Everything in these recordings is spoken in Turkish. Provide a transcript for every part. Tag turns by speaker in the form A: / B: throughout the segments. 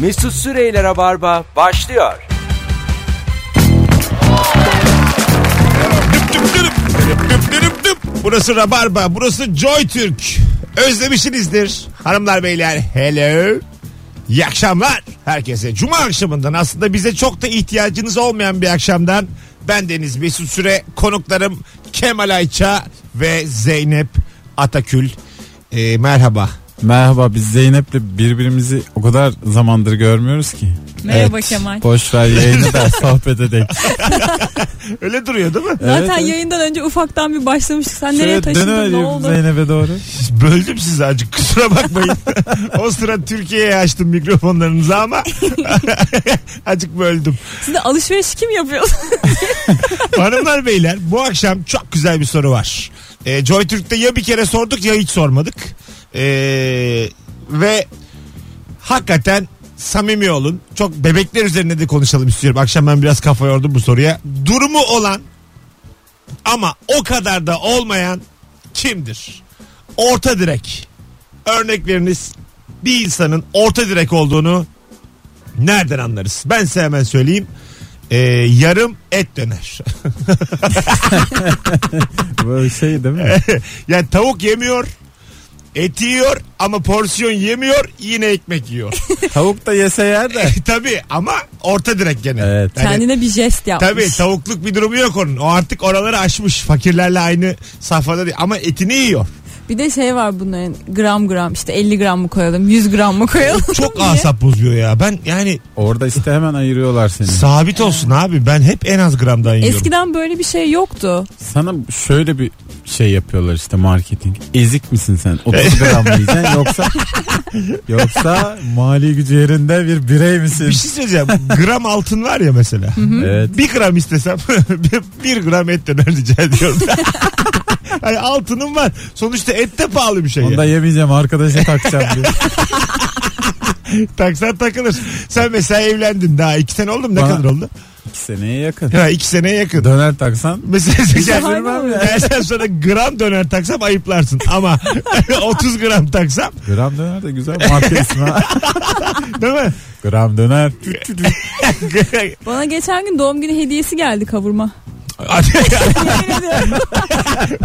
A: Mesut Süreyler'e barba başlıyor.
B: Düp dürüp, düp düp dürüp düp. Burası Rabarba, burası Joy Türk. Özlemişsinizdir hanımlar beyler. Hello. İyi akşamlar herkese. Cuma akşamından aslında bize çok da ihtiyacınız olmayan bir akşamdan ben Deniz Mesut Süre, konuklarım Kemal Ayça ve Zeynep Atakül. Ee, merhaba.
C: Merhaba biz Zeynep'le birbirimizi o kadar zamandır görmüyoruz ki.
D: Merhaba Kemal.
C: Boş ver yayını da sohbet edelim.
B: Öyle duruyor değil mi?
D: Zaten yayından önce ufaktan bir başlamıştık. Sen nereye
C: Şöyle
D: taşındın ne
C: dönüvereyim
D: oldu?
C: Zeynep'e doğru.
B: Böldüm sizi azıcık kusura bakmayın. o sıra Türkiye'ye açtım mikrofonlarınızı ama azıcık böldüm.
D: Siz de alışveriş kim yapıyor?
B: Hanımlar beyler bu akşam çok güzel bir soru var. Ee, Joy Türk'te ya bir kere sorduk ya hiç sormadık. Ee, ve hakikaten samimi olun. Çok bebekler üzerine de konuşalım istiyorum. Akşam ben biraz kafa yordum bu soruya. Durumu olan ama o kadar da olmayan kimdir? Orta direk. Örnek veriniz bir insanın orta direk olduğunu nereden anlarız? Ben size hemen söyleyeyim. Ee, yarım et döner.
C: Böyle şey değil mi?
B: yani tavuk yemiyor. Et yiyor ama porsiyon yemiyor yine ekmek yiyor. E,
C: Tavuk da yese yer de.
B: tabii ama orta direk gene.
C: Evet.
B: Yani
D: Kendine bir jest yapmış.
B: Hani tabii tavukluk bir durumu yok onun. O artık oraları aşmış. Fakirlerle aynı safhada değil. Ama etini yiyor.
D: Bir de şey var bunların gram gram işte 50 gram mı koyalım 100 gram mı koyalım
B: Çok
D: diye.
B: asap bozuyor ya. Ben yani
C: Orada işte hemen ayırıyorlar seni.
B: sabit olsun abi. Ben hep en az gramdan yiyorum.
D: Eskiden böyle bir şey yoktu.
C: Sana şöyle bir şey yapıyorlar işte marketing. Ezik misin sen? 30 gram mı yiyeceksin yoksa yoksa mali gücü yerinde bir birey misin?
B: Bir şey söyleyeceğim. gram altın var ya mesela.
C: Evet.
B: Bir gram istesem bir, bir gram et döner rica ediyorum. Hani altınım var. Sonuçta et de pahalı bir şey.
C: Onu
B: ya.
C: da yemeyeceğim arkadaşa takacağım diye.
B: Taksan takılır. Sen mesela evlendin daha iki sene oldu mu? Ne
C: Bana-
B: kadar oldu?
C: İki seneye yakın.
B: Ha, iki seneye yakın.
C: Döner taksan
B: Mesela sen
D: Aynen öyle.
B: Eğer sonra gram döner taksam ayıplarsın ama 30 gram taksam
C: gram döner de güzel marka ismi ha.
B: değil mi?
C: Gram döner.
D: Bana geçen gün doğum günü hediyesi geldi kavurma. Yemin ediyorum.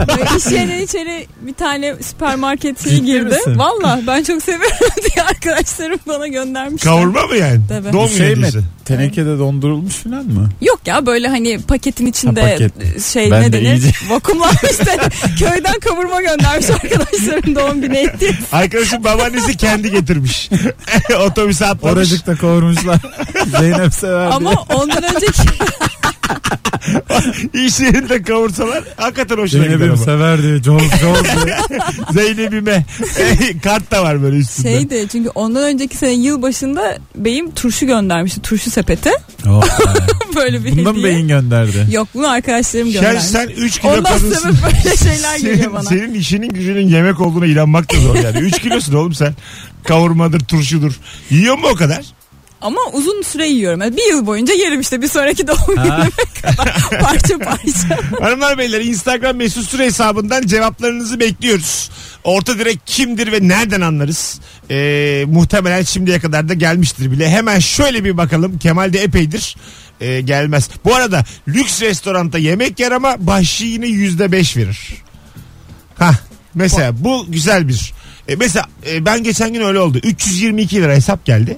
D: Böyle İş yerine içeri bir tane süpermarket şeyi
C: Ciddi
D: girdi.
C: misin?
D: Valla ben çok seviyorum diye arkadaşlarım bana göndermiş.
B: Kavurma mı yani?
D: Tabii.
B: Doğum
C: Bu
B: günü
C: şey mi?
B: hediyesi.
C: Tenekede dondurulmuş falan mı?
D: Yok ya böyle hani paketin içinde
C: Ha, paket.
D: şey
C: Ben
D: ne
C: de
D: denir?
C: iyice-
D: Vakumlanmış da köyden kavurma göndermiş arkadaşlarım doğum günü etti.
B: Arkadaşım babaannesi kendi getirmiş. Otobüse atlamış.
C: Oracıkta kavurmuşlar. Zeynep sever
D: Ama
C: diye.
D: ondan önceki
B: İş yerinde kavursalar hakikaten hoşuna gider
C: Zeynep'im
B: ama.
C: sever diye. Col col diye.
B: Zeynep'ime. Kart da var böyle üstünde.
D: şeydi çünkü ondan önceki sene yıl başında beyim turşu göndermişti turşu sepeti.
C: Oh,
D: böyle bir
C: Bundan mı
D: hediye.
C: beyin gönderdi?
D: Yok bunu arkadaşlarım
B: Yani
D: göndermiş.
B: sen 3 kilo
D: Ondan
B: kadınsın.
D: sebep böyle
C: Şey,
D: şeyler
B: Senin,
D: geliyor bana.
B: senin işinin gücünün yemek olduğuna inanmak da zor yani. 3 kilosun oğlum sen. Kavurmadır, turşudur. Yiyor mu o kadar?
D: Ama uzun süre yiyorum. Yani bir yıl boyunca yerim işte bir sonraki doğum günüme kadar parça parça.
B: Hanımlar beyler Instagram mesut süre hesabından cevaplarınızı bekliyoruz. Orta direk kimdir ve nereden anlarız? Ee, muhtemelen şimdiye kadar da gelmiştir bile. Hemen şöyle bir bakalım. Kemal de epeydir ee, gelmez. Bu arada lüks restoranda yemek yer ama bahşişi yine yüzde beş verir. Ha mesela bu güzel bir. E, mesela e, ben geçen gün öyle oldu. 322 lira hesap geldi.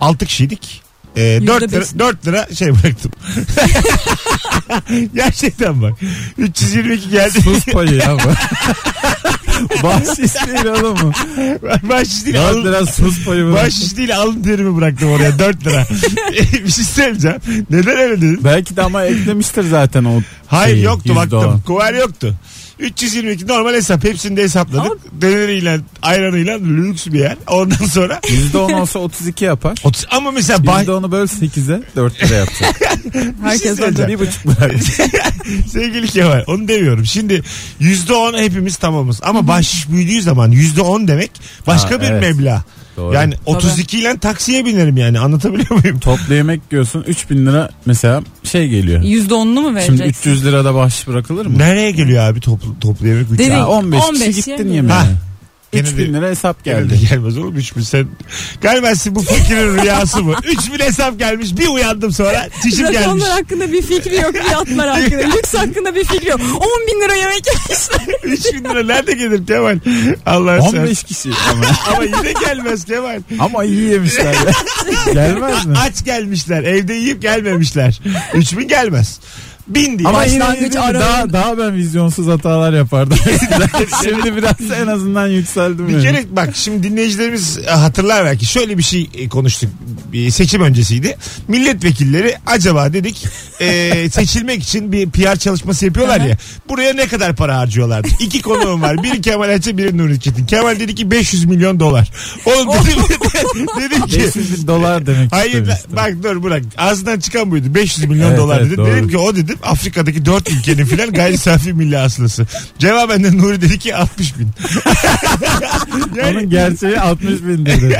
B: 6 kişiydik. E, 4, lira,
D: beşini.
B: 4 lira şey bıraktım. Gerçekten bak. 322 geldi.
C: Sus payı ya bu. Bahşiş değil oğlum mu?
B: Bahşiş değil
C: Dört
B: alın.
C: lira sus payı bu.
B: Bahşiş değil alın terimi bıraktım oraya 4 lira. E, bir şey söyleyeceğim. Neden öyle dedin?
C: Belki de ama eklemiştir zaten o
B: Hayır
C: şeyi,
B: yoktu
C: Şey, yüzde
B: baktım.
C: on.
B: Kuvar yoktu. 322 normal hesap. Hepsini de hesapladık. Döneriyle, ayranıyla lüks bir yer. Ondan sonra
C: Yüzde on olsa 32 yapar.
B: Otuz- ama mesela bah,
C: Yüzde onu böl 8'e 4 lira yapacak.
D: Herkes
B: söyleyeceğim.
C: Bir buçuk bırak.
B: sevgili Kemal onu demiyorum. Şimdi yüzde on hepimiz tamamız. Ama bahşiş büyüdüğü zaman yüzde on demek başka
C: Ha,
B: bir
C: evet.
B: meblağ.
C: Doğru.
B: Yani 32 ile taksiye binerim yani anlatabiliyor muyum?
C: Toplu yemek yiyorsun 3000 lira mesela şey geliyor.
D: %10'unu mu
C: Şimdi
D: vereceksin?
C: 300 lira da bahşiş bırakılır mı?
B: Nereye geliyor abi toplu, toplu yemek? üç-
D: Dedi-
C: Ya 15,
D: 15
C: kişi
D: yer
C: gittin
D: mi?
C: yemeğe.
B: Ha. Gene
C: 3000
B: de-
C: lira hesap
B: Geldi.
C: geldi.
B: Gelmez oğlum 3000 sen. Galiba sizin bu fakirin rüyası bu. 3000 hesap gelmiş bir uyandım sonra çişim gelmiş.
D: Rakamlar hakkında bir fikri yok. Fiyatlar hakkında. Lüks hakkında bir fikri yok. 10 bin lira yemek yemişler.
B: 3000 lira nerede gelir Kemal? Allah'ın sen.
C: 15 kişi ama.
B: Ama yine gelmez Kemal.
C: ama iyi yemişler. ya. Gelmez mi?
B: Aç gelmişler evde yiyip gelmemişler. 3000 gelmez. Bin diye.
C: Ama yine
D: Başlangıç
C: dedim, daha,
D: aralığında-
C: daha ben vizyonsuz hatalar yapardım. Şimdi biraz en azından yükseldim.
B: Bir
C: yani.
B: kere bak şimdi dinleyicilerimiz e, hatırlar belki şöyle bir şey e, konuştuk Bir seçim öncesiydi. Milletvekilleri acaba dedik e, seçilmek için bir PR çalışması yapıyorlar ya. Buraya ne kadar para harcıyorlardı? İki konuğum var. Biri Kemal Ayça biri Nuri Çetin. Kemal dedi ki 500 milyon dolar. Oğlum dedim, dedim ki
C: 500 bin dolar demek
B: Hayır
C: istemiştim.
B: bak dur bırak. Ağzından çıkan buydu. 500 milyon
C: Evet,
B: dolar
C: evet,
B: dedi.
C: doğru.
B: Dedim ki o dedim Afrika'daki 4 ülkenin filan gayri safi milli hasılası. Cevaben de Nuri dedi ki 60 bin.
C: Onun gerçeği 60 bin dedi.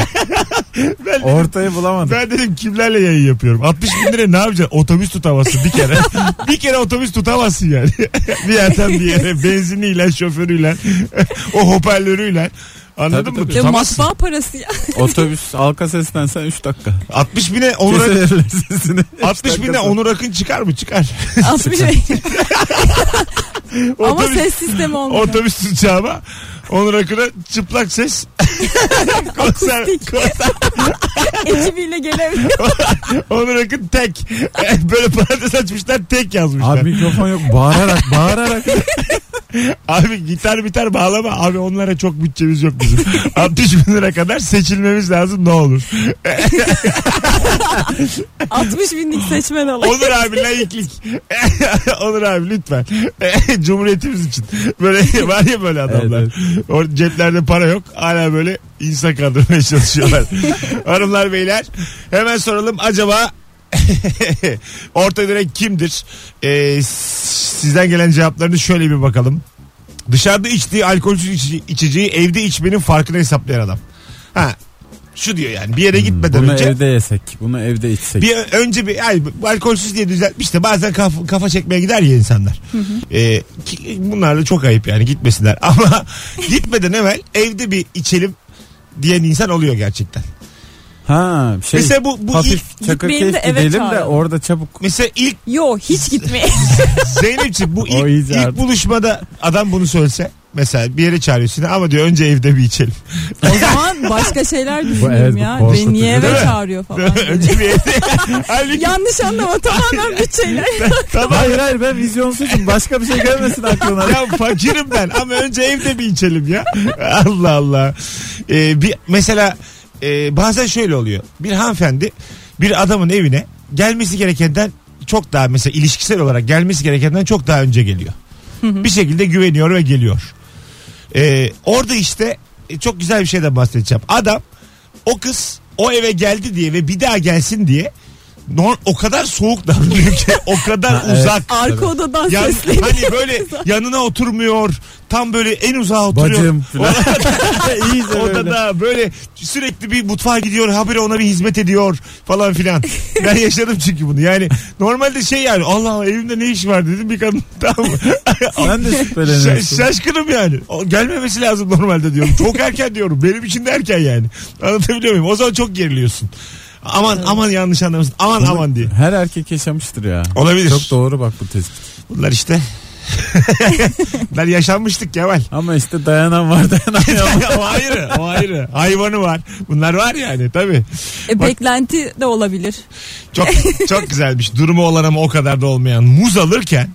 B: Ben-
C: Ortayı bulamadım.
B: Ben dedim kimlerle yayın yapıyorum? 60 bin liraya ne yapacaksın? Otobüs tutamazsın bir kere. bir kere otobüs tutamazsın yani. bir yerden bir yere benziniyle, şoförüyle, o hoparlörüyle. Anladın
C: Tabii,
B: mı?
C: tabii.
D: Ya
B: Tutamazsın.
D: matbaa parası ya.
C: Otobüs halka seslensen 3 dakika.
B: 60 bine Onur Akın,
C: Keserler sesini.
B: 60 bine
C: dakikası.
B: Onur Akın çıkar mı? Çıkar.
D: 60 lira. Ama
B: Otobüs-
D: ses sistemi olmuyor.
B: Otobüs tutacağıma Onur Akın'a çıplak ses. konser,
D: Akustik.
B: konser.
D: Ekibiyle gelemiyor.
B: Onur Akın tek. Böyle parantez açmışlar tek yazmışlar.
C: Abi
B: Abi,
C: mikrofon yok. Bağırarak bağırarak.
B: gitar biter bağlama. Abi onlara çok bütçemiz yok bizim. 60 bin lira kadar seçilmemiz lazım ne olur.
D: 60 binlik seçmen alayım.
B: Onur abi layıklık. Onur abi lütfen. Cumhuriyetimiz için. Böyle var ya böyle adamlar.
C: Evet,
B: O ceplerde para yok. Hala böyle insan kandırmaya çalışıyorlar. Hanımlar beyler hemen soralım acaba orta direk kimdir? Ee, s- sizden gelen cevaplarını şöyle bir bakalım. Dışarıda içtiği alkolsüz içi- içeceği evde içmenin farkını hesaplayan adam. Ha şu diyor yani bir yere gitmeden
C: Hmm, Bunu
B: önce
C: evde yesek. Bunu evde içsek.
B: bir ö- önce bir yani bu alkolsüz diye düzeltmiş de bazen kaf- kafa çekmeye gider ya insanlar. Ee, ki- bunlar da çok ayıp yani gitmesinler ama gitmeden evvel evde bir içelim diyen insan oluyor gerçekten.
C: Ha şey.
B: Mesela bu, bu ilk
C: hafif
D: gitmeyin
C: Çakırkeyf
D: de eve
C: gidelim de
D: çağırın.
C: orada çabuk.
B: mesela ilk
D: Yo hiç gitmeye.
B: Zeynep'ciğim bu
C: O
B: ilk,
C: iyice
B: ilk
C: artık.
B: buluşmada adam bunu söylese mesela bir yere çağırıyorsun ama diyor önce evde bir içelim.
D: O zaman başka şeyler
C: evet,
D: düşünüyorum
C: bu
D: ya.
C: korkutucu
D: Beni niye
C: değil
D: eve
B: mi?
D: çağırıyor falan.
B: önce bir evde. Halbuki
D: Yanlış anlama tamamen bütçeyle.
B: tamam
C: Hayır hayır ben vizyonsuzum. Başka bir şey gelmesin aklına.
B: ya fakirim ben ama önce evde bir içelim ya. Allah Allah. Ee, bir, mesela e, bazen şöyle oluyor. Bir hanımefendi bir adamın evine gelmesi gerekenden çok daha mesela ilişkisel olarak gelmesi gerekenden çok daha önce geliyor. Bir şekilde güveniyor ve geliyor. Ee, orada işte e, çok güzel bir şeyden bahsedeceğim. Adam o kız o eve geldi diye ve bir daha gelsin diye nor- o kadar soğuk davranıyor ki o kadar
C: Ha, evet.
B: uzak
D: Arka
C: Tabii.
D: odadan
B: ya,
D: sesleniyor.
B: hani böyle yanına oturmuyor. Tam böyle en uzağa oturuyor.
C: Bacım falan. İyice böyle.
B: Odada böyle sürekli bir mutfağa gidiyor habire ona bir hizmet ediyor falan filan. Ben yaşadım çünkü bunu yani normalde şey yani Allah Allah evimde ne iş var dedim bir kadın tamam mı?
C: Sen de
B: Şa-
C: şüpheleniyorsun.
B: şaşkınım yani. O gelmemesi lazım normalde diyorum. Çok erken diyorum. Benim için de erken yani. Anlatabiliyor muyum? O zaman çok geriliyorsun. Aman aman yanlış anlamışsın. Aman aman diye.
C: Her erkek yaşamıştır ya.
B: Olabilir.
C: Çok doğru bak bu tespit.
B: Bunlar işte. Bunlar yaşanmıştık Kemal.
C: Ama işte dayanan var dayanamayan var.
B: o ayrı o ayrı. Hayvanı var. Bunlar var yani tabii.
D: E,
B: Bak-
D: beklenti de olabilir.
B: Çok çok güzelmiş. Durumu olan ama o kadar da olmayan. Muz alırken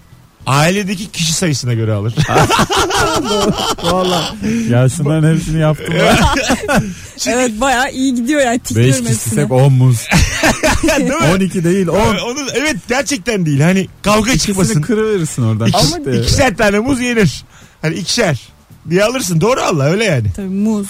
B: ailedeki kişi sayısına göre alır.
C: Valla. Ya şunların hepsini yaptım. ben.
D: Evet bayağı iyi gidiyor yani.
C: Beş
D: Tikliyorum hepsini.
C: kişisek 10 muz.
B: Değil mi?
C: 12 değil 10.
B: Onu, evet gerçekten değil. Hani kavga
C: İkisini
B: çıkmasın.
C: kırıverirsin oradan.
B: İkisi,
C: Çıktı.
B: ikişer tane muz yenir. Hani ikişer diye alırsın. Doğru Allah öyle yani.
D: Tabii muz,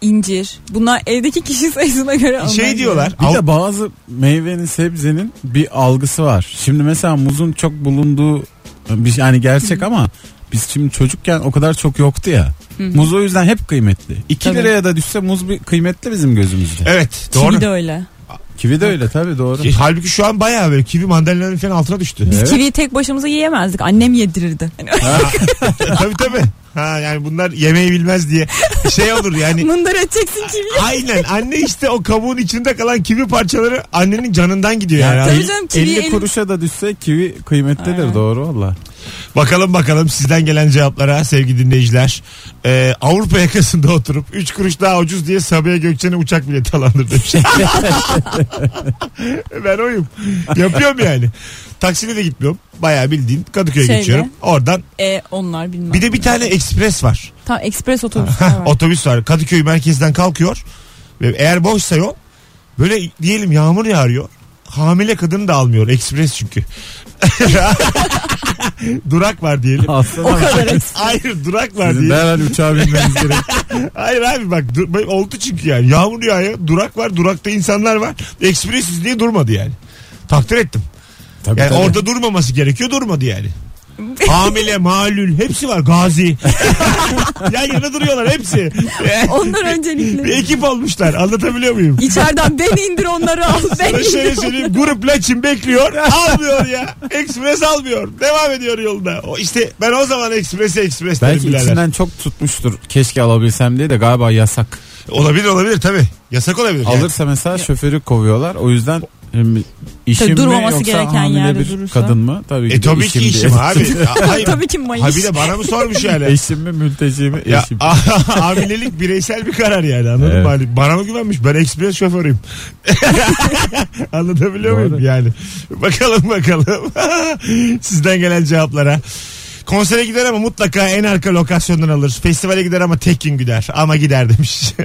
D: incir. Bunlar evdeki kişi sayısına göre alınan
B: şey
D: şeyler.
B: diyorlar.
C: Bir
B: Av-
C: de bazı meyvenin sebzenin bir algısı var. Şimdi mesela muzun çok bulunduğu bir yani gerçek ama biz şimdi çocukken o kadar çok yoktu ya. Muz o yüzden hep kıymetli. 2
D: Tabii.
C: liraya da düşse muz bir kıymetli bizim gözümüzde.
B: Evet
D: Kivi
B: doğru.
D: de öyle.
C: Kivi de öyle tabii doğru.
B: Ki- Halbuki şu an bayağı böyle kivi mandalina'nın falan altına düştü.
D: Biz
C: Evet.
D: Hani kiviyi tek başımıza yiyemezdik. Annem yedirirdi.
B: tabii tabii. Ha yani bunlar yemeği bilmez diye şey olur yani.
D: Mındar edeceksin kim bilir.
B: Aynen anne işte o kabuğun içinde kalan kivi parçaları annenin canından gidiyor yani.
D: tabii canım, kiviyi
C: 50
D: elim-
C: kuruşa da düşse kivi kıymetlidir
D: Aynen.
C: doğru valla.
B: Bakalım bakalım sizden gelen cevaplara sevgili dinleyiciler. Ee, Avrupa yakasında oturup 3 kuruş daha ucuz diye Sabiha Gökçen'e uçak bileti alandır demiş. ben oyum. Yapıyorum yani. Taksiyle de gitmiyorum. Bayağı bildiğin Kadıköy'e
D: Şeyle.
B: geçiyorum. Oradan.
D: E, onlar bilmem.
B: Bir de bir tane ekspres var.
D: Tam ekspres otobüsler var.
B: Otobüs var. Kadıköy merkezden kalkıyor. Ve eğer boşsa yol böyle diyelim yağmur yağıyor. Hamile kadını da almıyor. Ekspres çünkü. Durak var diyelim.
C: Aslında
D: o kadar ekspres.
B: Hayır durak var
C: Sizin
B: diye.
C: derhal hani uçağa binmeniz gerek.
B: Hayır abi bak dur- bak oldu çünkü yani. Yağmur yağıyor. Durak var. Durakta insanlar var. Ekspresiz diye durmadı yani. Takdir ettim.
C: Tabii,
B: Yani
C: tabii.
B: orada durmaması gerekiyor durmadı yani. Hamile, malül hepsi var. Gazi. Yan yana duruyorlar hepsi.
D: Onlar
B: Bir
D: öncelikle.
B: ekip olmuşlar. Anlatabiliyor muyum?
D: İçeriden beni indir onları al. Beni
B: Sana şöyle şey-
D: indir.
B: söyleyeyim grup laçin bekliyor almıyor ya. Ekspres almıyor. Devam ediyor yolda. O işte ben o zaman ekspresi ekspres derim
C: Belki
B: birader.
C: içinden çok tutmuştur. Keşke alabilsem diye de galiba yasak.
B: Olabilir olabilir tabii. Yasak olabilir. yani.
C: Alırsa mesela şoförü kovuyorlar. O yüzden em, işim
D: Tabii
C: mi
D: durmaması
C: yoksa
D: gereken
C: hamile
D: yerde
C: bir
D: durursa.
C: kadın mı? Tabii ki,
B: E
C: de
B: tabii ki
C: diye.
B: işim abi. Ha- Hayır.
D: Tabii ki Mayıs.
B: Ha bir de bana mı sormuş yani?
C: Eşim mi mülteci mi?
B: Ya,
C: Eşim.
B: hamilelik bireysel bir karar yani anladın
C: Evet.
B: mı? Hani Bana mı güvenmiş? Ben ekspres şoförüyüm. Anlatabiliyor
C: Doğru.
B: muyum yani? Bakalım bakalım. Sizden gelen cevaplara. Konsere gider ama mutlaka en arka lokasyondan alır. Festivale gider ama tek gün gider. Ama gider demiş.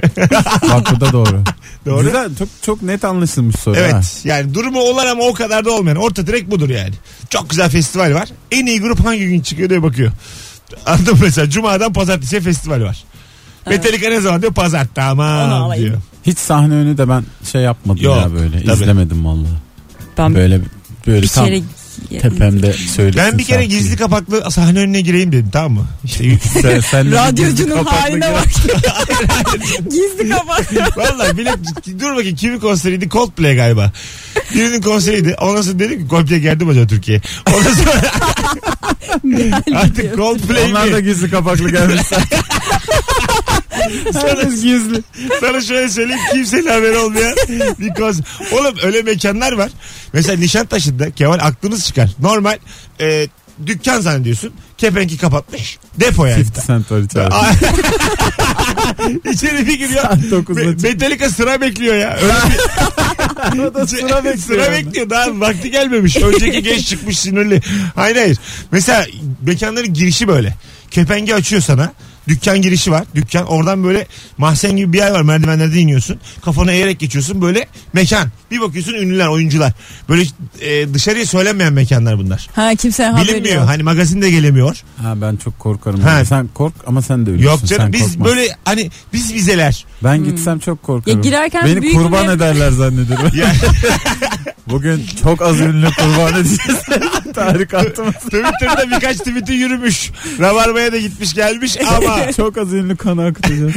C: Bak bu da doğru.
B: Doğru.
C: Güzel, çok, çok net anlaşılmış soru. ha.
B: evet. Yani durumu olan ama o kadar da olmayan. Orta direkt budur yani. Çok güzel festival var. En iyi grup hangi gün çıkıyor diye bakıyor. Anladın mı? mesela? Cuma'dan pazartesiye festival var. Metallica ne zaman diyor? Pazar.
D: Onu
B: Tamam
D: alayım.
B: diyor.
C: Hiç sahne önü de ben şey yapmadım
B: Yok,
C: ya böyle.
B: tabii.
C: İzlemedim vallahi.
D: Ben
C: Böyle böyle
D: bir
C: tam
D: kere...
C: tepemde söylesin.
B: Ben bir kere
C: şarkıyı.
B: gizli kapaklı sahne önüne gireyim dedim tamam mı? İşte
C: Sen, sen gizli
D: Radyocunun
C: kapaklı
D: haline
C: gel-
D: bak. Gizli kapak.
B: vallahi bilet dur bakayım kimin konseriydi Coldplay galiba. Birinin konseriydi. Ondan sonra dedim ki Coldplay geldi mi acaba Türkiye'ye? Ondan sonra artık Coldplay
C: Onlar da
B: mi?
C: gizli kapaklı gelmişler. Herkes gizli.
B: Sana şöyle söyleyeyim kimsenin haberi olmayan bir konser. Oğlum öyle mekanlar var. Mesela Nişantaşı'nda Kemal aklınız çıkar. Normal e, dükkan zannediyorsun. Kepenki kapatmış. Depo yani.
C: 50 cent var içeride.
B: Aa. İçeri bir giriyor.
C: Saat dokuzda
B: Me-
C: çık-
B: Metallica sıra bekliyor ya. Öyle
C: Arada
B: sıra bekliyor. Sıra bekliyor. Daha vakti gelmemiş. Önceki genç çıkmış sinirli. Hayır hayır. Mesela mekanların girişi böyle. Kepengi açıyor sana. Dükkan girişi var. Dükkan oradan böyle mahzen gibi bir yer var. Merdivenlerde iniyorsun. Kafana eğerek geçiyorsun. Böyle mekan. Bir bakıyorsun ünlüler, oyuncular. Böyle e, dışarıya söylenmeyen mekanlar bunlar.
D: Ha kimse haberi
B: Bilinmiyor.
D: yok.
B: Hani magazin de gelemiyor.
C: Ha ben çok korkarım.
B: Ha.
C: Sen kork ama sen de ölürsün.
B: Yok canım
C: Sen
B: biz
C: korkma.
B: böyle hani biz bizeler.
C: Ben gitsem çok korkarım.
D: Hmm. Ya girerken
C: Beni
D: büyük
C: kurban
D: bir-
C: ederler zannederim.
B: Ya.
C: Bugün çok az ünlü kurban edeceğiz. Tarık attım.
B: Twitter'da birkaç tweet'i yürümüş. Rabarba'ya da gitmiş gelmiş ama
C: çok az ünlü kanı akıtacağız.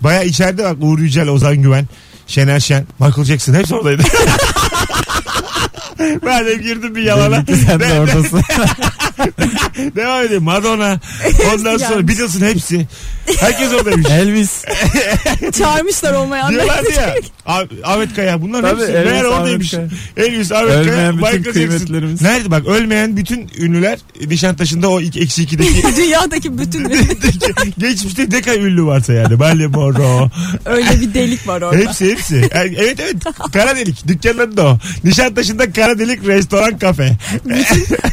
B: baya içeride bak Uğur Yücel, Ozan Güven, Şener Şen, Michael Jackson hepsi oradaydı. ben de girdim bir yalana.
C: Belli ki Sen de
B: De-
C: oradasın.
B: devam edeyim. Madonna. Ondan sonra
D: gelmiş.
B: Beatles'ın hepsi. Herkes oradaymış.
C: Elvis.
D: Çağırmışlar olmayan.
B: Diyorlardı ya. Ah- Ahmet Kaya bunların
C: Tabii,
B: hepsi
C: Elvis,
B: meğer
C: Ahmet
B: oradaymış.
C: Kaya.
B: Elvis, Ahmet Kaya,
C: Ölmeyen bütün
B: Michael Jackson.
C: kıymetlerimiz.
B: Nerede bak ölmeyen bütün ünlüler Nişantaşı'nda o ilk- eksi ikideki
D: Dünyadaki bütün
B: geçmişte ne kadar ünlü varsa yani. Balya Moro.
D: öyle bir delik var orada.
B: Hepsi hepsi. Yani Evet evet. Kara delik. Dükkanların da o. Nişantaşı'nda kara delik restoran kafe.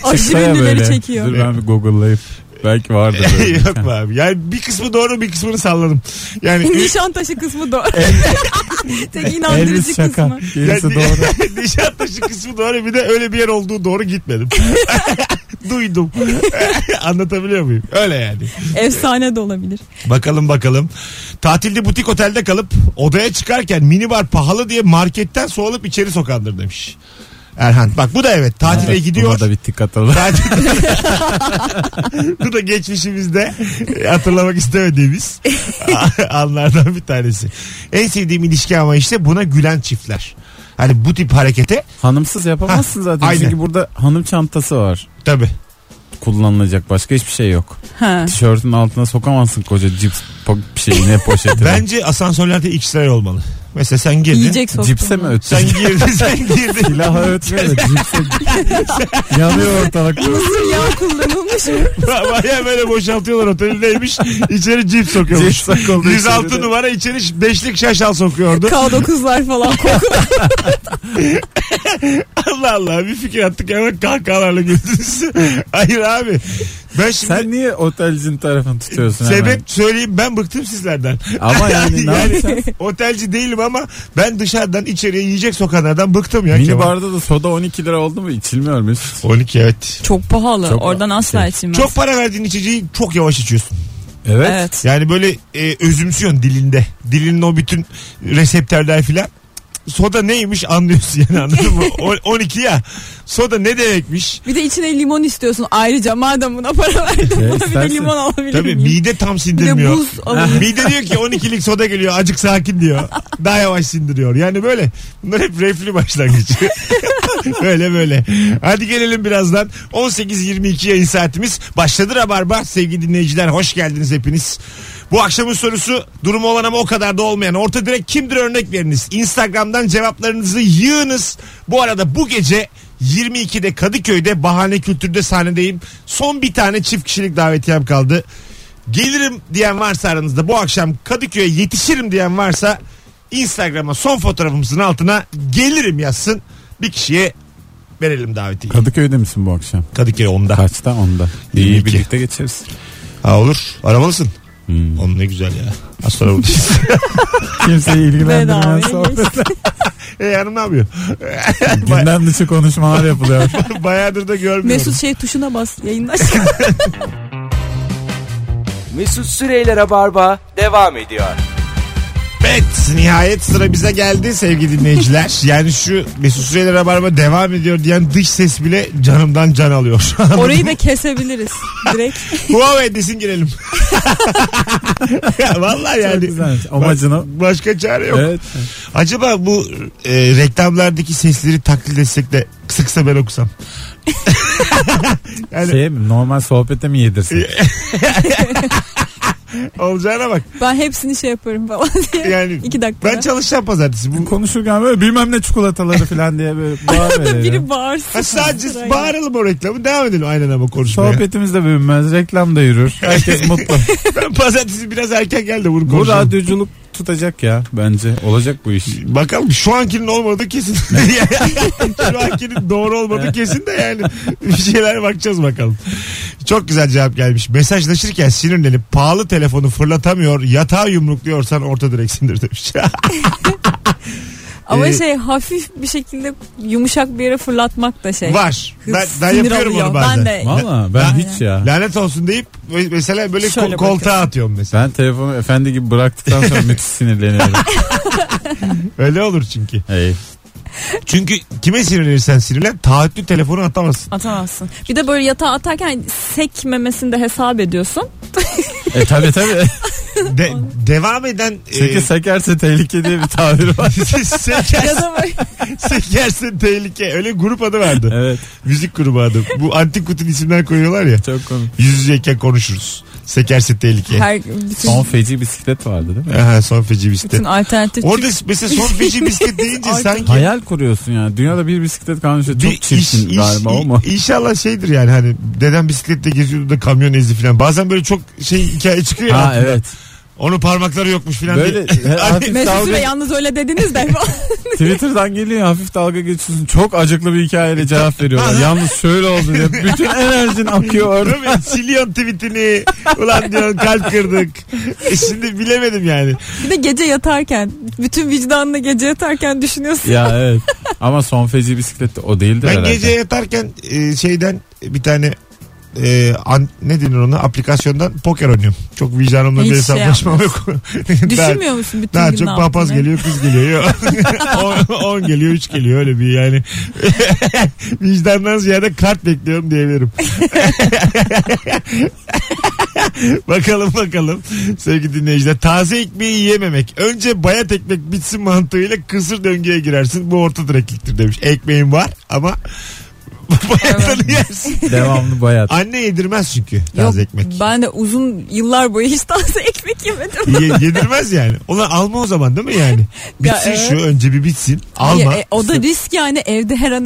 D: Aşırı
C: Çıksa ya
D: ünlüleri
C: böyle.
D: çekiyor.
C: Dur ben bir google'layıp. Belki vardır. böyle.
B: Yok mu abi? Yani bir kısmı doğru bir kısmını salladım. Yani
D: Nişantaşı kısmı doğru. Tek inandırıcı
C: Elvis şaka.
D: kısmı.
C: Gerisi
B: Yani-
C: doğru.
B: Nişantaşı kısmı doğru bir de öyle bir yer olduğu doğru gitmedim. Duydum. Anlatabiliyor muyum? Öyle yani.
D: Efsane de olabilir.
B: Bakalım bakalım. Tatilde butik otelde kalıp odaya çıkarken minibar pahalı diye marketten su alıp içeri sokandır demiş. Erhan. Bak bu da evet. Tatile gidiyor.
C: Buna da bir dikkat alın.
B: Bu da geçmişimizde e, hatırlamak istemediğimiz anlardan bir tanesi. En sevdiğim ilişki ama işte buna gülen çiftler. Hani bu tip harekete
C: Hanımsız yapamazsın
B: Ha,
C: zaten.
B: aynen.
C: Çünkü burada hanım çantası var.
B: tabi.
C: kullanılacak başka hiçbir şey yok.
D: Ha.
C: Tişörtün altına sokamazsın koca cips po- şeyini poşetini.
B: Bence asansörlerde X-ray olmalı. Mesela sen girdin.
D: Yiyecek soktun.
C: Cipse mi
D: bunu.
C: ötsün?
B: Sen girdin sen girdin.
C: Silaha ötmüyor da cipse yanıyor ortalık.
D: Mısır yağı kullanılmış mı?
B: Baya böyle boşaltıyorlar otelindeymiş. İçeri cips sokuyormuş.
C: Cips sokuldu
B: 106
C: içeri de.
B: numara içeri beşlik şaşal sokuyordu.
D: K9'lar falan
B: Allah Allah bir fikir attık hemen kahkahalarla güldünüz. Hayır abi. Ben şimdi
C: Sen niye otelcinin tarafını tutuyorsun hemen?
B: sebep söyleyeyim ben bıktım sizlerden.
C: Ama yani ne
B: Yani
C: yapacağız?
B: otelci değilim ama ben dışarıdan içeriye yiyecek sokanlardan bıktım ya.
C: Mini
B: Kemal.
C: barda da soda 12 lira oldu mu içilmiyormuş.
B: 12 evet.
D: Çok pahalı.
C: Çok şey.
D: Oradan
C: pahalı.
D: asla içilmez.
B: Çok para verdiğin içeceği çok yavaş içiyorsun.
C: Evet.
D: Evet.
B: Yani böyle e, özümsüyorsun dilinde. Dilinin o bütün reseptörler filan. Soda neymiş anlıyorsun yani anladın mı? O- 12 ya. Soda ne demekmiş?
D: Bir de içine limon istiyorsun ayrıca madem buna para verdim
C: Ya
D: buna bir de
C: istersen.
D: limon alabilir
B: Tabii
D: miyim?
B: mide tam
D: Bir de
B: sindirmiyor.
D: buz alayım.
B: Mide diyor ki 12'lik soda geliyor acık sakin diyor. Daha yavaş sindiriyor. Yani böyle. Bunlar hep reflü başlangıç. böyle böyle. Hadi gelelim birazdan. 18-22 yayın saatimiz. Başladı Rabarba. Sevgili dinleyiciler hoş geldiniz hepiniz. Bu akşamın sorusu durumu olan ama o kadar da olmayan. Orta direkt kimdir örnek veriniz. Instagram'dan cevaplarınızı yığınız. Bu arada bu gece 22'de Kadıköy'de Bahane Kültür'de sahnedeyim. Son bir tane çift kişilik davetiyem kaldı. Gelirim diyen varsa aranızda bu akşam Kadıköy'e yetişirim diyen varsa Instagram'a son fotoğrafımızın altına gelirim yazsın. Bir kişiye verelim davetiyi.
C: Kadıköy'de misin bu akşam?
B: Kadıköy 10'da.
C: Kaçta? Onda.
B: Yirmi
C: İyi
B: iki.
C: birlikte geçeriz.
B: Ha olur. Aramalısın.
C: Hmm.
B: Oğlum ne güzel ya. Az sonra buradayız.
C: Kimseyi ilgilendirmeyen
D: Bedavaya
C: sohbet.
D: geçti.
B: e hanım ne yapıyor?
C: Gündem dışı konuşmalar yapılıyor.
B: Bayağıdır da görmüyorum.
D: Mesut şey tuşuna bas yayınlaş.
A: Mesut Süreyler'e barba devam ediyor.
B: Evet nihayet sıra bize geldi sevgili dinleyiciler. Yani şu Mesut Süreyle Rabarba devam ediyor diyen dış ses bile canımdan can alıyor.
D: Orayı da kesebiliriz direkt.
B: Huawei desin girelim. ya vallahi
C: Çok
B: yani.
C: güzelmiş. Amacını.
B: Başka çare yok.
C: Evet.
B: Acaba bu e, reklamlardaki sesleri taklit etsek de kısa kısa ben okusam. yani
C: Şey mi, normal sohbete mi yedirsin?
B: olacağına bak.
D: Ben hepsini şey yaparım falan diye.
B: Yani
D: İki dakika.
B: ben çalışacağım pazartesi. Bu
C: Konuşurken böyle bilmem ne çikolataları falan diye böyle bağır
D: Biri bağırsın.
B: Ha, sadece bağıralım o reklamı devam edelim aynen ama konuşmaya.
C: Sohbetimiz de büyümez. Reklam da yürür. Herkes mutlu.
B: Ben pazartesi biraz erken geldi bunu
C: bu
B: konuşalım.
C: radyoculuk tutacak ya bence. Olacak bu iş.
B: Bakalım şu ankinin olmadığı kesin. şu ankinin doğru olmadığı kesin de yani. Bir şeyler bakacağız bakalım. Çok güzel cevap gelmiş. Mesajlaşırken sinirlenip pahalı telefonu fırlatamıyor yatağa yumrukluyorsan orta direksindir demiş.
D: Ama
B: Ee,
D: şey hafif bir şekilde yumuşak bir yere fırlatmak da şey.
B: Var.
D: Hız,
B: Ben, ben
D: sinir
B: yapıyorum
D: alıyor.
B: onu bazen.
D: Ben de
C: Valla ben hiç ya.
B: Lanet olsun deyip mesela böyle
D: Şöyle
B: kol- koltuğa
D: bakıyorsun.
B: atıyorum mesela.
C: Ben telefonu efendi gibi bıraktıktan sonra müthiş sinirleniyorum.
B: Öyle olur çünkü.
C: Hey.
B: Çünkü kime sinirlenirsen sinirlen taahhütlü telefonu atamazsın.
D: atamazsın. Bir de böyle yatağa atarken sekmemesini de hesap ediyorsun.
C: E tabi tabi.
B: De- devam eden...
C: Çünkü
B: e,
C: sekerse tehlike diye bir tabir var.
B: seker-
D: Ya da böyle
B: Sekersin tehlike. Öyle grup adı vardı.
C: evet
B: Müzik grubu adı. Bu antik kutunun isimler koyuyorlar ya.
C: çok komik.
B: Yüz yüzeyken konuşuruz. Sekersin tehlike.
D: her bütün,
C: Son feci bisiklet vardı değil mi?
B: Aha, son feci bisiklet.
D: bütün alternatif
B: Orada mesela son feci bisiklet deyince
D: Ay,
B: sanki
C: Hayal kuruyorsun yani. Dünyada bir bisiklet kalmış ve çok
B: bir
C: çirkin
B: iş-
C: galiba
B: iş-
C: ama.
B: İnşallah şeydir yani hani dedem bisikletle geziyordu da kamyon ezdi falan. Bazen böyle çok şey hikaye çıkıyor.
C: Ha
B: Ha,
C: evet.
B: Onun parmakları yokmuş falan
C: Böyle
B: diye. Hani,
C: he, hafif
D: Mesut Süre
C: dalga,
D: yalnız öyle dediniz de.
C: Twitter'dan geliyor hafif dalga geçiyorsun. Çok acıklı bir hikayeyle cevap veriyorlar. Yalnız şöyle oldu diye. Bütün enerjin akıyor orada.
B: Değil mi? Siliyorsun tweetini. Ulan diyorsun kalp kırdık. E şimdi bilemedim yani.
D: bir de gece yatarken bütün vicdanını gece yatarken düşünüyorsun.
C: ya evet. Ama son feci bisiklet de o değildi
B: Ben
C: herhalde.
B: gece yatarken e, şeyden bir tane e, an, ne denir ona aplikasyondan poker oynuyorum. Çok vicdanımla
D: Hiç
B: bir
D: şey
B: hesaplaşmam yok. daha,
D: Düşünmüyor musun bütün
B: daha
D: gün
B: çok
D: ne
B: papaz
D: yaptığını?
B: geliyor kız geliyor. 10 geliyor 3 geliyor öyle bir yani. Vicdandan ziyade kart bekliyorum diyebilirim. bakalım bakalım sevgili dinleyiciler. Taze ekmeği yiyememek. Önce bayat ekmek bitsin mantığıyla kısır döngüye girersin. Bu orta direkliktir demiş. Ekmeğin var ama Bayatanı yersin.
C: Devamlı bayat.
B: Anne yedirmez çünkü taze ekmek.
D: Ben de uzun yıllar boyu hiç taze ekmek yemedim.
B: Ye- yedirmez yani. Ulan alma o zaman değil mi yani?
D: Ya
B: Bitsin
D: evet.
B: şu önce bir bitsin. Alma.
D: Ya, e, o da risk yani evde her an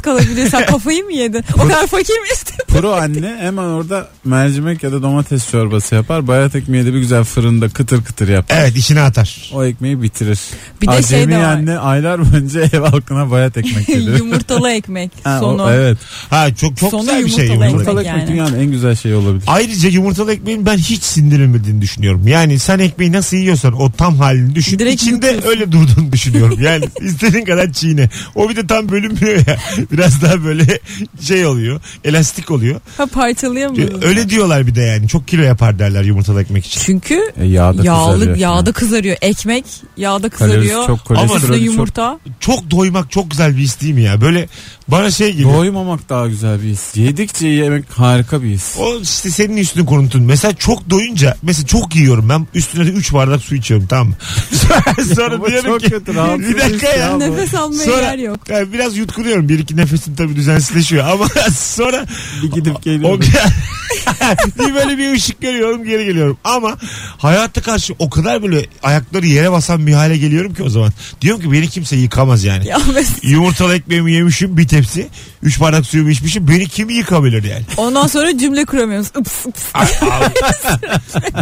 D: kalabilirsen kafayı mı yedin? O kadar fakir mi istedin?
C: Pro anne hemen orada mercimek ya da domates çorbası yapar. Bayat ekmeği de bir güzel fırında kıtır kıtır yapar.
B: Evet işine atar.
C: O ekmeği bitirir.
D: Bir de
C: Acemi
D: şey de var.
C: anne aylar boyunca ev halkına bayat ekmek yedi.
D: Yumurtalı ekmek
C: Ha, o-
D: sonu.
C: evet.
B: Ha çok çok
D: Sonu
B: güzel bir şey
D: yumurtalı
B: yumurtalı.
C: Yumurtalı
D: yani.
C: ekmek dünyanın en güzel şeyi olabilir.
B: Ayrıca yumurtalı ekmeğin ben hiç sindirilmediğini düşünüyorum. Yani sen ekmeği nasıl yiyorsan o tam halini düşün.
D: Direkt
B: İçinde
D: yutuyorsun.
B: öyle durduğunu düşünüyorum. Yani istediğin kadar çiğne. O bir de tam bölünmüyor ya. Biraz daha böyle şey oluyor. Elastik oluyor. E,
D: Ha
C: E,
D: parçalayamıyoruz.
B: Öyle diyorlar bir de yani. Çok kilo yapar derler yumurtalı ekmek için.
D: Çünkü
C: E, yağda
D: yağlı
C: kızarıyor.
D: yağda kızarıyor. Ekmek yağda
C: Kalorisi
D: kızarıyor.
C: çok,
D: Ama
C: kolesterolü
D: üstüne
C: çok.
D: yumurta.
B: Çok doymak çok güzel bir his değil mi ya? Böyle bana şey gibi.
C: Doymamak daha güzel bir his. Yedikçe yemek harika bir his.
B: O işte senin üstünü koruntun. Mesela çok doyunca mesela çok yiyorum ben üstüne de 3 bardak su içiyorum tamam mı? Sonra- Sonra
C: Ama
B: diyorum
C: çok
B: ki
C: kötü, rahatsız
B: bir dakika
C: edici
B: ya.
C: ya.
D: Nefes almaya
B: Sonra-
D: yer yok.
B: Yani biraz yutkuruyorum. Bir iki nefesim tabii düzensizleşiyor ama sonra
C: Bir gidip
B: o
C: geliyorum.
B: bir böyle bir ışık görüyorum geri geliyorum. Ama hayata karşı o kadar böyle ayakları yere basan bir hale geliyorum ki o zaman. Diyorum ki beni kimse yıkamaz yani.
D: Ya mes-
B: Yumurtalı ekmeğimi yemişim bir tepsi. Üç bardak suyumu içmişim. Beni kim yıkabilir yani?
D: Ondan sonra cümle kuramıyoruz. Ips ips.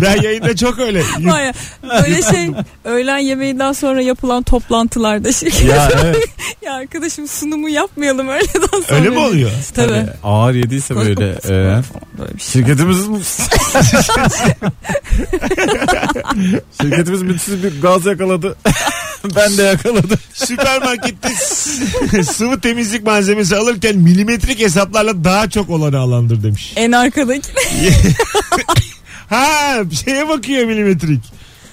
B: ben yayında çok öyle. Yut-
D: Baya. Böyle şey öğlen yemeğinden sonra yapılan toplantılarda şirket. Ya,
C: ya evet.
D: arkadaşım sunumu yapmayalım öğleden sonra.
B: öyle mi oluyor?
D: Tabii.
C: Ağır yediyse böyle. e,
D: Böyle bir şey.
C: Şirketimiz Şirketimiz müthiş bir gaz yakaladı. ben de yakaladım.
B: Süpermarkette s- sıvı temizlik malzemesi alırken milimetrik hesaplarla daha çok olanı alandır demiş.
D: En arkadaki.
B: Ha bir şeye bakıyor milimetrik.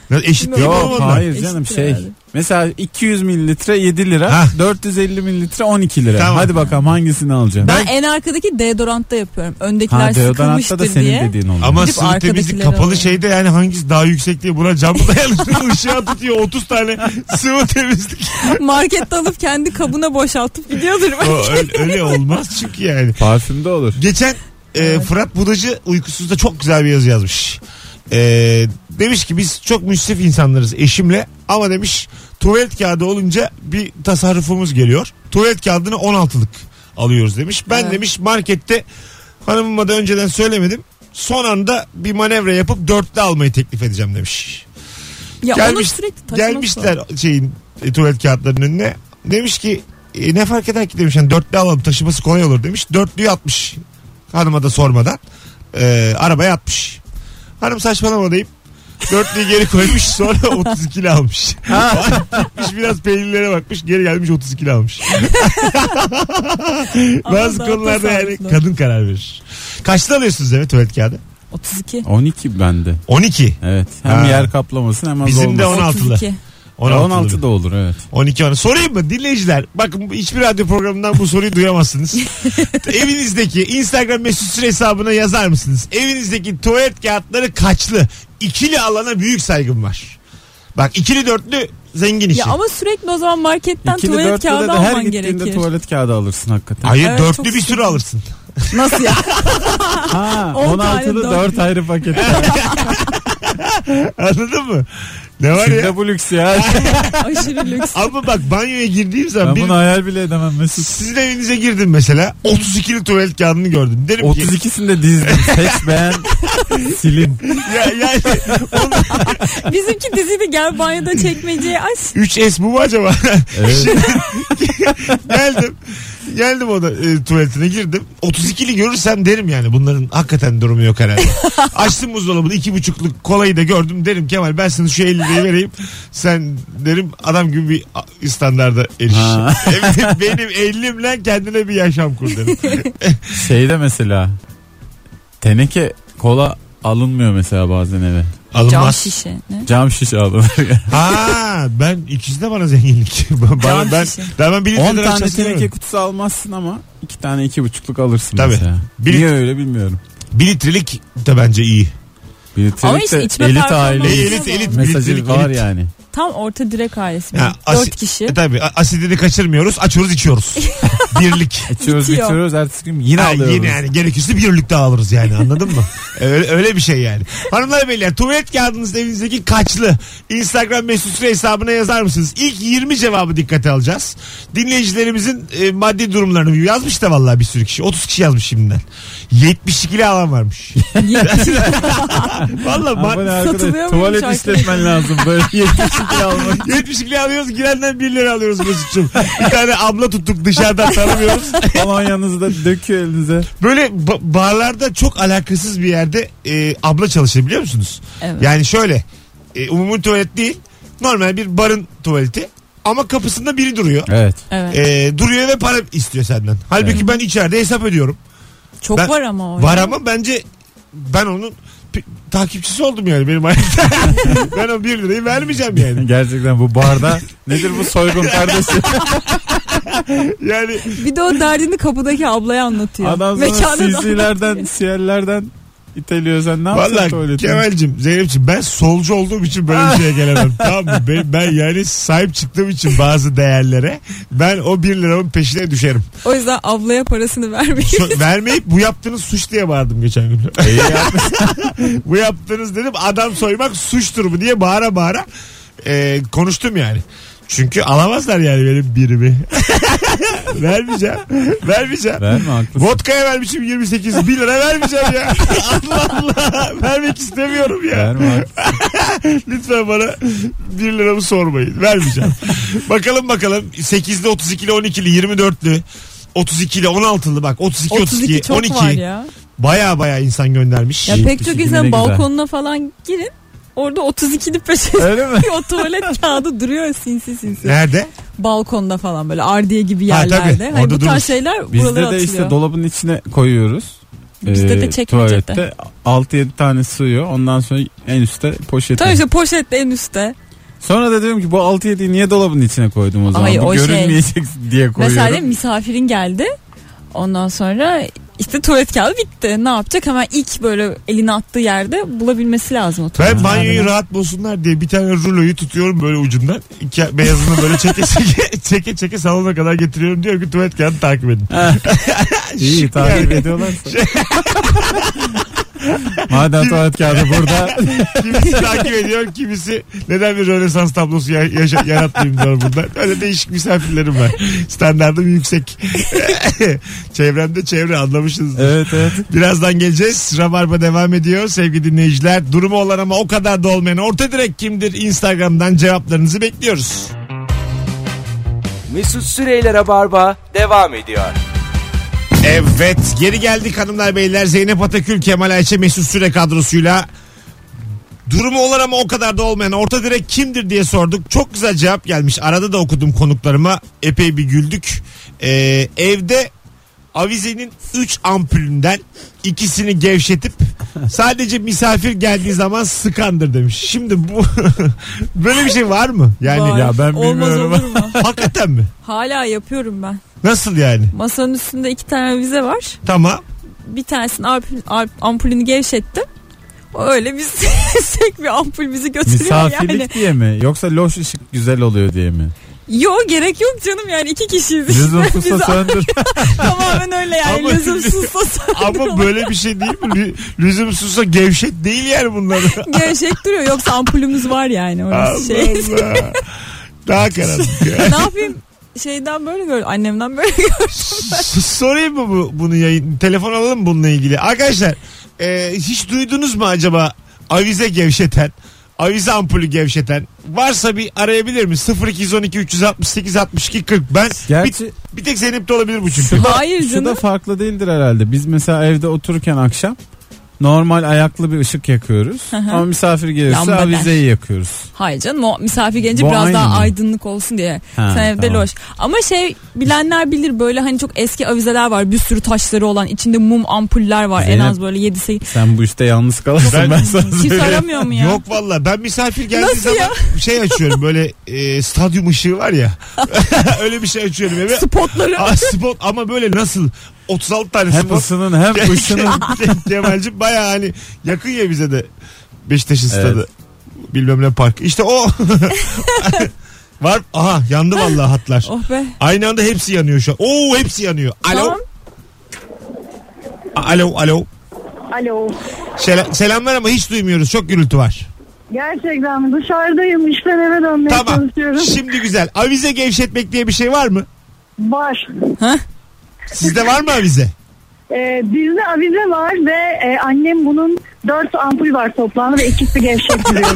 B: Ya Eşit değil mi
D: Yok,
B: oğlum onlar?
C: hayır
D: İşte
C: canım şey.
D: yani.
C: Mesela 200 mililitre 7 lira,
B: Hah.
C: 450 mililitre 12 lira.
B: Tamam.
C: Hadi bakalım hangisini alacağım?
D: Ben en arkadaki deodorantta yapıyorum. Öndekiler
C: ha deodorantta
D: sıkılmıştır
C: da senin
D: diye.
C: dediğin oldu.
B: Ama
D: Gidip
B: sıvı temizlik
D: arkadakileri
B: kapalı
D: alıyor.
B: şeyde yani hangisi daha yüksek diye buna cam dayalı ışığa tutuyor 30 tane sıvı temizlik.
D: Markette alıp kendi kabına boşaltıp gidiyordur.
B: O, öyle, öyle olmaz çünkü yani.
C: parfümde olur.
B: Geçen e,
D: Evet.
B: Fırat Budacı uykusuzda çok güzel bir yazı yazmış. E, demiş ki biz çok müsrif insanlarız eşimle ama demiş tuvalet kağıdı olunca bir tasarrufumuz geliyor. Tuvalet kağıdını 16'lık alıyoruz demiş. Ben
D: Evet.
B: demiş markette hanımıma da önceden söylemedim. Son anda bir manevra yapıp dörtlü almayı teklif edeceğim demiş.
D: ya onu
B: Gelmiş-
D: sürekli taşımak
B: Gelmişler şeyin e, tuvalet kağıtlarının önüne. Demiş ki e, ne fark eder ki demiş. Yani dörtlü alalım taşıması kolay olur demiş. Dörtlüyü atmış. Hanıma da sormadan. E, arabaya atmış. Hanım saçmalama deyip dörtlüyü geri koymuş sonra 32 almış. Gitmiş biraz peynirlere bakmış geri gelmiş 32 almış.
D: Ama
B: Bazı
D: daha
B: konularda yani
D: tasarruflu.
B: kadın karar verir. Kaçta alıyorsunuz evet tuvalet kağıdı?
D: 32.
C: 12 bende.
B: 12.
C: Evet. Hem
B: Ha.
C: yer kaplamasın hem az
B: Bizim
C: olmasın.
B: de 16'lı.
D: 32.
B: 16'lı.
C: 16 da olur evet.
B: 12 onu sorayım mı dinleyiciler? Bakın hiçbir radyo programından bu soruyu duyamazsınız. Evinizdeki Instagram mesut süre hesabına yazar mısınız? Evinizdeki tuvalet kağıtları kaçlı? İkili alana büyük saygım var. Bak ikili dörtlü zengin işi.
D: Ya ama sürekli o zaman marketten
C: İkili
D: tuvalet
C: dörtlüde
D: kağıdı
C: de her
D: alman
C: gittiğinde
D: gerekir.
C: tuvalet kağıdı alırsın hakikaten.
B: Hayır
D: Evet, çok
B: dörtlü bir sürü
D: sıkıntı.
B: alırsın.
D: Nasıl ya?
C: Ha,
D: On tane
C: 16'lı
D: dört.
C: 4 ayrı paket.
B: Anladın mı? Ne var ya?
C: Şimdi bu lüks ya.
D: Aşırı lüks.
B: Ama bak banyoya girdiğim zaman
C: Ben
B: bir-
C: bunu hayal bile edemem Mesut.
B: sizin evinize girdim mesela 32'li tuvalet kağıdını gördüm. Derim ki
C: 32'sini de dizdim. Seç beğen silin.
B: ya, yani
D: Bizimki dizini gel banyoda çekmeceye aç.
B: 3S bu mu acaba? Şimdi- geldim. Geldim o da e, tuvaletine girdim. 32'li görürsem derim yani bunların hakikaten durumu yok herhalde. Açtım buzdolabını iki buçukluk kolayı da gördüm derim Kemal ben sana şu 50 lirayı vereyim. Sen derim adam gibi bir a- standarda
C: Ha.
B: eriş. Evet, Benim 50'imle kendine bir yaşam kur derim.
C: Şeyde mesela teneke kola alınmıyor mesela bazen eve.
D: Cam
B: Alınmaz.
D: şişe. Ne?
C: Cam şişe alınıyor.
B: Ha ben ikisi de bana zenginlik. bana,
D: Cam
B: ben,
D: şişe.
B: ben, ben bir
C: 10
B: litreden
C: tane
B: aşağısını
C: teneke
B: yemem.
C: kutusu almazsın ama 2 tane 2,5'luk alırsın
B: Tabii.
C: mesela.
B: Bir-
C: Niye öyle bilmiyorum.
B: Bir litrelik de bence iyi.
C: Bir litrelik
D: işte
C: de
D: içme
C: elit
D: performansı-
C: aile
D: Elit,
B: elit elit. bir
C: mesajı
B: litrelik
C: var
B: elit.
C: yani.
D: Tam orta direk ailesi.
B: Ya,
D: Dört
B: asi-
D: kişi.
B: E, tabii a- asidini kaçırmıyoruz. Açıyoruz içiyoruz. Birlik.
C: İçiyoruz
D: Bitiyor.
C: bitiyoruz ertesi gün yine
B: Ha,
C: alıyoruz.
B: Yine yani gerekirse bir ürlük daha alırız yani anladın mı? öyle, öyle bir şey yani. Hanımlar beyler tuvalet kağıdınız evinizdeki kaçlı Instagram mesut süre hesabına yazar mısınız? İlk 20 cevabı dikkate alacağız. Dinleyicilerimizin e, maddi durumlarını yazmış da vallahi bir sürü kişi. 30 kişi yazmış şimdiden. 72'li alan varmış. Valla
C: Ama ne
B: mad-
C: arkadaş,
D: Satılıyor muymuş
C: tuvalet
D: arkadaş?
C: işletmen lazım böyle 72 almak.
B: 72'li alıyoruz girenden 1 lira alıyoruz Mesut'cum. Bir tane abla tuttuk dışarıdan tanımıyoruz.
C: Kolonyanızı da döküyor elinize.
B: Böyle ba- barlarda çok alakasız bir yerde e, abla çalışır biliyor musunuz?
D: Evet.
B: Yani şöyle e, umumi tuvalet değil normal bir barın tuvaleti ama kapısında biri duruyor.
C: Evet.
D: Evet.
B: E, duruyor ve para istiyor senden. Halbuki ben içeride hesap ödüyorum.
D: Çok
B: ben-
D: var ama o.
B: Var ama bence ben onun pi- takipçisi oldum yani benim hayatta. ben o 1 lirayı vermeyeceğim yani.
C: Gerçekten bu barda nedir bu soygun kardeşim?
B: Yani
D: Bir de o derdini kapıdaki ablaya anlatıyor.
C: Adam sana
D: Mekanda da-
C: CC'lerden, CL'lerden iteliyor sen ne yapsın
B: Valla
C: tuvaletini?
B: Kemal'cim Zeynep'ciğim ben solcu olduğum için böyle bir şeye gelemem. tamam mı? Ben, ben yani sahip çıktığım için bazı değerlere ben o 1 liranın peşine düşerim.
D: O yüzden ablaya parasını vermeyin.
B: Şu- vermeyip bu yaptığınız suç diye bağırdım geçen gün. bu yaptığınız dedim adam soymak suçtur mu diye bağıra bağıra e, konuştum yani. Çünkü alamazlar yani benim birimi. vermeyeceğim. Vermeyeceğim.
C: Verme haklısın.
B: Vodka'ya vermişim 28. 1 lira vermeyeceğim ya. Allah Allah. Vermek istemiyorum ya.
C: Verme haklısın.
B: Lütfen bana 1 liramı sormayın. Vermeyeceğim. bakalım bakalım. 8'li 32'li 12'li 24'lü 32'li 16'lı bak 32 32,
D: 32 çok
B: 12.
D: var ya.
B: Baya baya insan göndermiş.
D: Ya
C: Yetmiş
D: pek çok
C: iki
D: insan
C: bine güzel.
D: balkonuna falan girin. Orada 32'li peşinde
C: Öyle mi?
D: o tuvalet kağıdı duruyor sinsi sinsi.
B: Nerede?
D: Balkonda falan böyle ardiye gibi
B: Ha, tabii.
D: yerlerde. Hani
B: Orada
D: bu
B: durur.
D: tarz şeyler buralara
C: Bizde de
D: atılıyor.
C: işte dolabın içine koyuyoruz. Ee,
D: Bizde de çekmecede.
C: Tuvalette 6-7 tane sığıyor. Ondan sonra en üstte poşet.
D: Tabii işte poşet de en üstte.
C: Sonra da diyorum ki bu 6-7'yi niye dolabın içine koydum o zaman?
D: Ay,
C: bu
D: o şey.
C: görünmeyecek diye koyuyorum.
D: Mesela diyelim misafirin geldi. Ondan sonra işte tuvalet kağıdı bitti. Ne yapacak? Hemen ilk böyle elini attığı yerde bulabilmesi lazım o tuvalet
B: Ben banyoyu
D: kağıdını.
B: rahat bulsunlar diye bir tane ruloyu tutuyorum böyle ucundan. İki, beyazını böyle çeke çeke, çeke çeke salona kadar getiriyorum. Diyor ki tuvalet kağıdı takip edin.
C: İyi takip
B: Yani.
C: ediyorlarsa. Madem tuvalet kağıdı burada.
B: Kimisi takip ediyor, kimisi neden bir Rönesans tablosu ya- yaşa- yaratmayayım diyor bundan. Öyle değişik misafirlerim var. Standartım yüksek. Çevremde çevre anlamışsınız.
C: evet evet.
B: Birazdan geleceğiz. Rabarba devam ediyor sevgili dinleyiciler. Durumu olan ama o kadar da olmayan orta direkt kimdir? Instagram'dan cevaplarınızı bekliyoruz.
A: Mesut Süreyler'e barba devam ediyor.
B: Evet geri geldik hanımlar beyler. Zeynep Atakül, Kemal Ayşe, Mesut Süre kadrosuyla Durumu olan ama o kadar da olmayan orta direk kimdir diye sorduk. Çok güzel cevap gelmiş. Arada da okudum konuklarıma. Epey bir güldük. Ee, evde avizenin 3 ampulünden ikisini gevşetip sadece misafir geldiği zaman sıkandır demiş. Şimdi bu böyle bir şey var mı? Yani
D: Vay,
C: Ya ben
D: olmaz
C: bilmiyorum.
D: olur mu?
B: hakikaten mi?
D: Hala yapıyorum ben.
B: Nasıl yani?
D: Masanın üstünde iki tane vize var.
B: Tamam.
D: Bir tanesinin ampul, amp- ampulünü gevşettim. O Öyle bir sek bir ampul bizi götürüyor
C: Misafirlik
D: yani.
C: diye mi? Yoksa loş ışık güzel oluyor diye mi?
D: Yo gerek yok canım yani iki kişiyiz. işte.
C: Lüzumsuzsa
D: Biz
C: söndür.
D: tamamen öyle yani
B: Ama-
D: lüzumsuzsa söndürüyorlar.
B: Ama böyle bir şey değil mi? Lü- Lüzumsuzsa gevşet değil yani bunlar.
D: Gevşek duruyor yoksa ampulümüz var yani.
B: Allah
D: Orası şey.
B: Allah. Daha karanlık. ya.
D: ne yapayım? Şeyden böyle gördüm. Annemden böyle gördüm.
B: S- Sorayım mı bu, bunu yayın? Telefon alalım mı bununla ilgili. Arkadaşlar e, hiç duydunuz mu acaba avize gevşeten? Avize ampulü gevşeten. Varsa bir arayabilir mi? 0212 368 62 40. Ben
C: Gerçi
B: bir, bir tek Zeynep'te olabilir bu çünkü.
C: şu da,
D: Hayır
C: şu da
D: canım.
C: farklı değildir herhalde. Biz mesela evde otururken akşam normal ayaklı bir ışık yakıyoruz.
D: hı.
C: Ama misafir gelirse
D: Lambader.
C: avizeyi yakıyoruz.
D: Hayır canım o misafir gelince
C: Bu
D: biraz
C: aynı
D: daha
C: mı?
D: aydınlık olsun diye.
C: Ha,
D: Sen evde
C: tamam.
D: loş. Ama şey bilenler bilir böyle hani çok eski avizeler var. Bir sürü taşları olan içinde mum ampuller var.
C: Zeynep-
D: en az böyle 7 8.
C: Sen bu işte yalnız kalırsın
B: Ben-
C: ben, sana
D: Kimse
C: söyleyeyim.
D: aramıyor mu ya?
B: Yok valla ben misafir geldiği
D: Nasıl
B: zaman şey açıyorum böyle e, stadyum ışığı var ya. Öyle bir şey açıyorum eve.
D: Spotları.
B: Aa, spot ama böyle nasıl 36 tane
C: Hem
B: spot.
C: ısının hem ışının.
B: Kemal'cim baya hani yakın ya bize de Beşiktaş'ın stadı. bilmem ne park. İşte o. Var aha yandı vallahi hatlar.
D: Oh be.
B: Aynı anda hepsi yanıyor şu an. Oo hepsi yanıyor. Alo.
D: Tamam.
B: Alo alo.
E: Alo.
B: Sel- selamlar ama hiç duymuyoruz. Çok gürültü var.
E: Gerçekten mi? dışarıdayım. İşten eve dönmeye
B: tamam.
E: çalışıyorum.
B: Şimdi güzel. Avize gevşetmek diye bir şey var mı?
E: Var.
B: Sizde var mı avize?
E: Ee, bizde avize var ve e, annem bunun dört ampul var toplamda ve ikisi gevşek duruyor.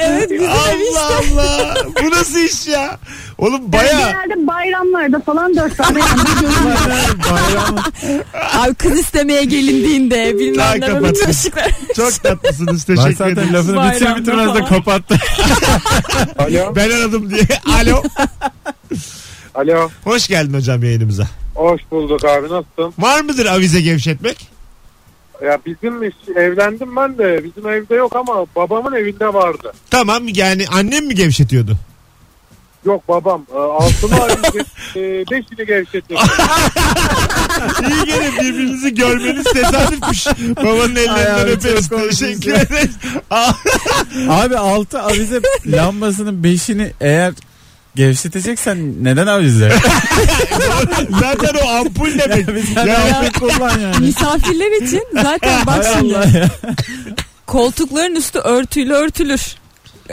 D: Evet bizim ev işte.
B: Allah Allah. Bu nasıl iş ya? Oğlum baya
E: Genelde bayramlarda falan dört tane ampul görüyorum.
C: Bayram.
D: Abi kız istemeye gelindiğinde
B: Daha
D: bilmem ne böyle bütün
B: kapattım.
D: ışıklar.
B: çok tatlısınız.
C: Ben
B: Teşekkür
C: zaten
B: ederim.
C: lafını bitir
D: Bayramda
C: bitirmez de
D: falan.
C: kapattı.
F: Alo.
B: Ben aradım diye. Alo.
F: Alo.
B: Hoş geldin hocam yayınımıza.
F: Hoş bulduk abi nasılsın?
B: Var mıdır avize gevşetmek?
F: Ya bizim iş, evlendim ben de bizim evde yok ama babamın evinde vardı.
B: Tamam yani annem mi gevşetiyordu?
F: Yok babam e, altını arayacak e, beşini gevşetti.
B: İyi gene birbirinizi görmeniz tesadüfmüş. Babanın ellerinden
C: abi,
B: öperiz.
C: çok komikmiş
B: Teşekkür
C: ya.
B: ederiz. Aa,
C: Abi altı avize lambasının beşini eğer gevşeteceksen neden avize?
B: Zaten o ampul demek.
C: Yani bir tane
B: Ya-
C: avize kullan yani.
D: Misafirler için zaten bak
C: Hay
D: şimdi
C: Allah ya.
D: koltukların üstü örtüyle örtülür.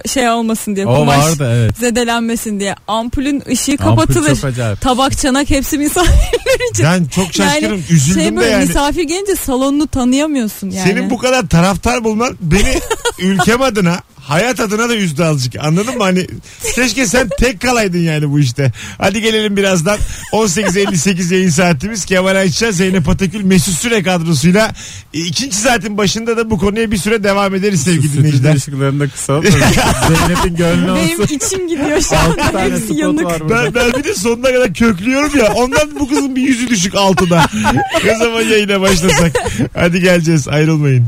D: Şey olmasın diye
C: O
D: kumaş
C: vardı evet.
D: zedelenmesin diye. Ampulün ışığı
C: Ampul
D: kapatılır.
C: çok acayip.
D: Tabak çanak hepsi misafirler için.
B: Ben çok şaşkınım.
D: Yani
B: Üzüldüm
D: şey
B: de
D: böyle
B: yani.
D: misafir gelince salonunu tanıyamıyorsun yani.
B: Senin bu kadar taraftar bulman beni ülkem adına hayat adına da üzdü azıcık. Anladın mı? Hani keşke sen tek kalaydın yani bu işte. Hadi gelelim birazdan. 18.58 yayın saatimiz. Kemal Ayça, Zeynep Atakül, Mesut Süre kadrosuyla e, ikinci saatin başında da bu konuya bir süre devam ederiz sevgili
C: Stüdyo
B: dinleyiciler.
C: ışıklarını da kısaltın. Zeynep'in gönlü
D: Benim
C: olsun.
D: içim gidiyor şu an.
C: Altı tane
D: Hepsi
C: spot
D: yanık.
C: var burada.
B: Ben, ben bir de sonuna kadar köklüyorum ya. Ondan bu kızın bir yüzü düşük altına. ne zaman yayına başlasak. Hadi geleceğiz ayrılmayın.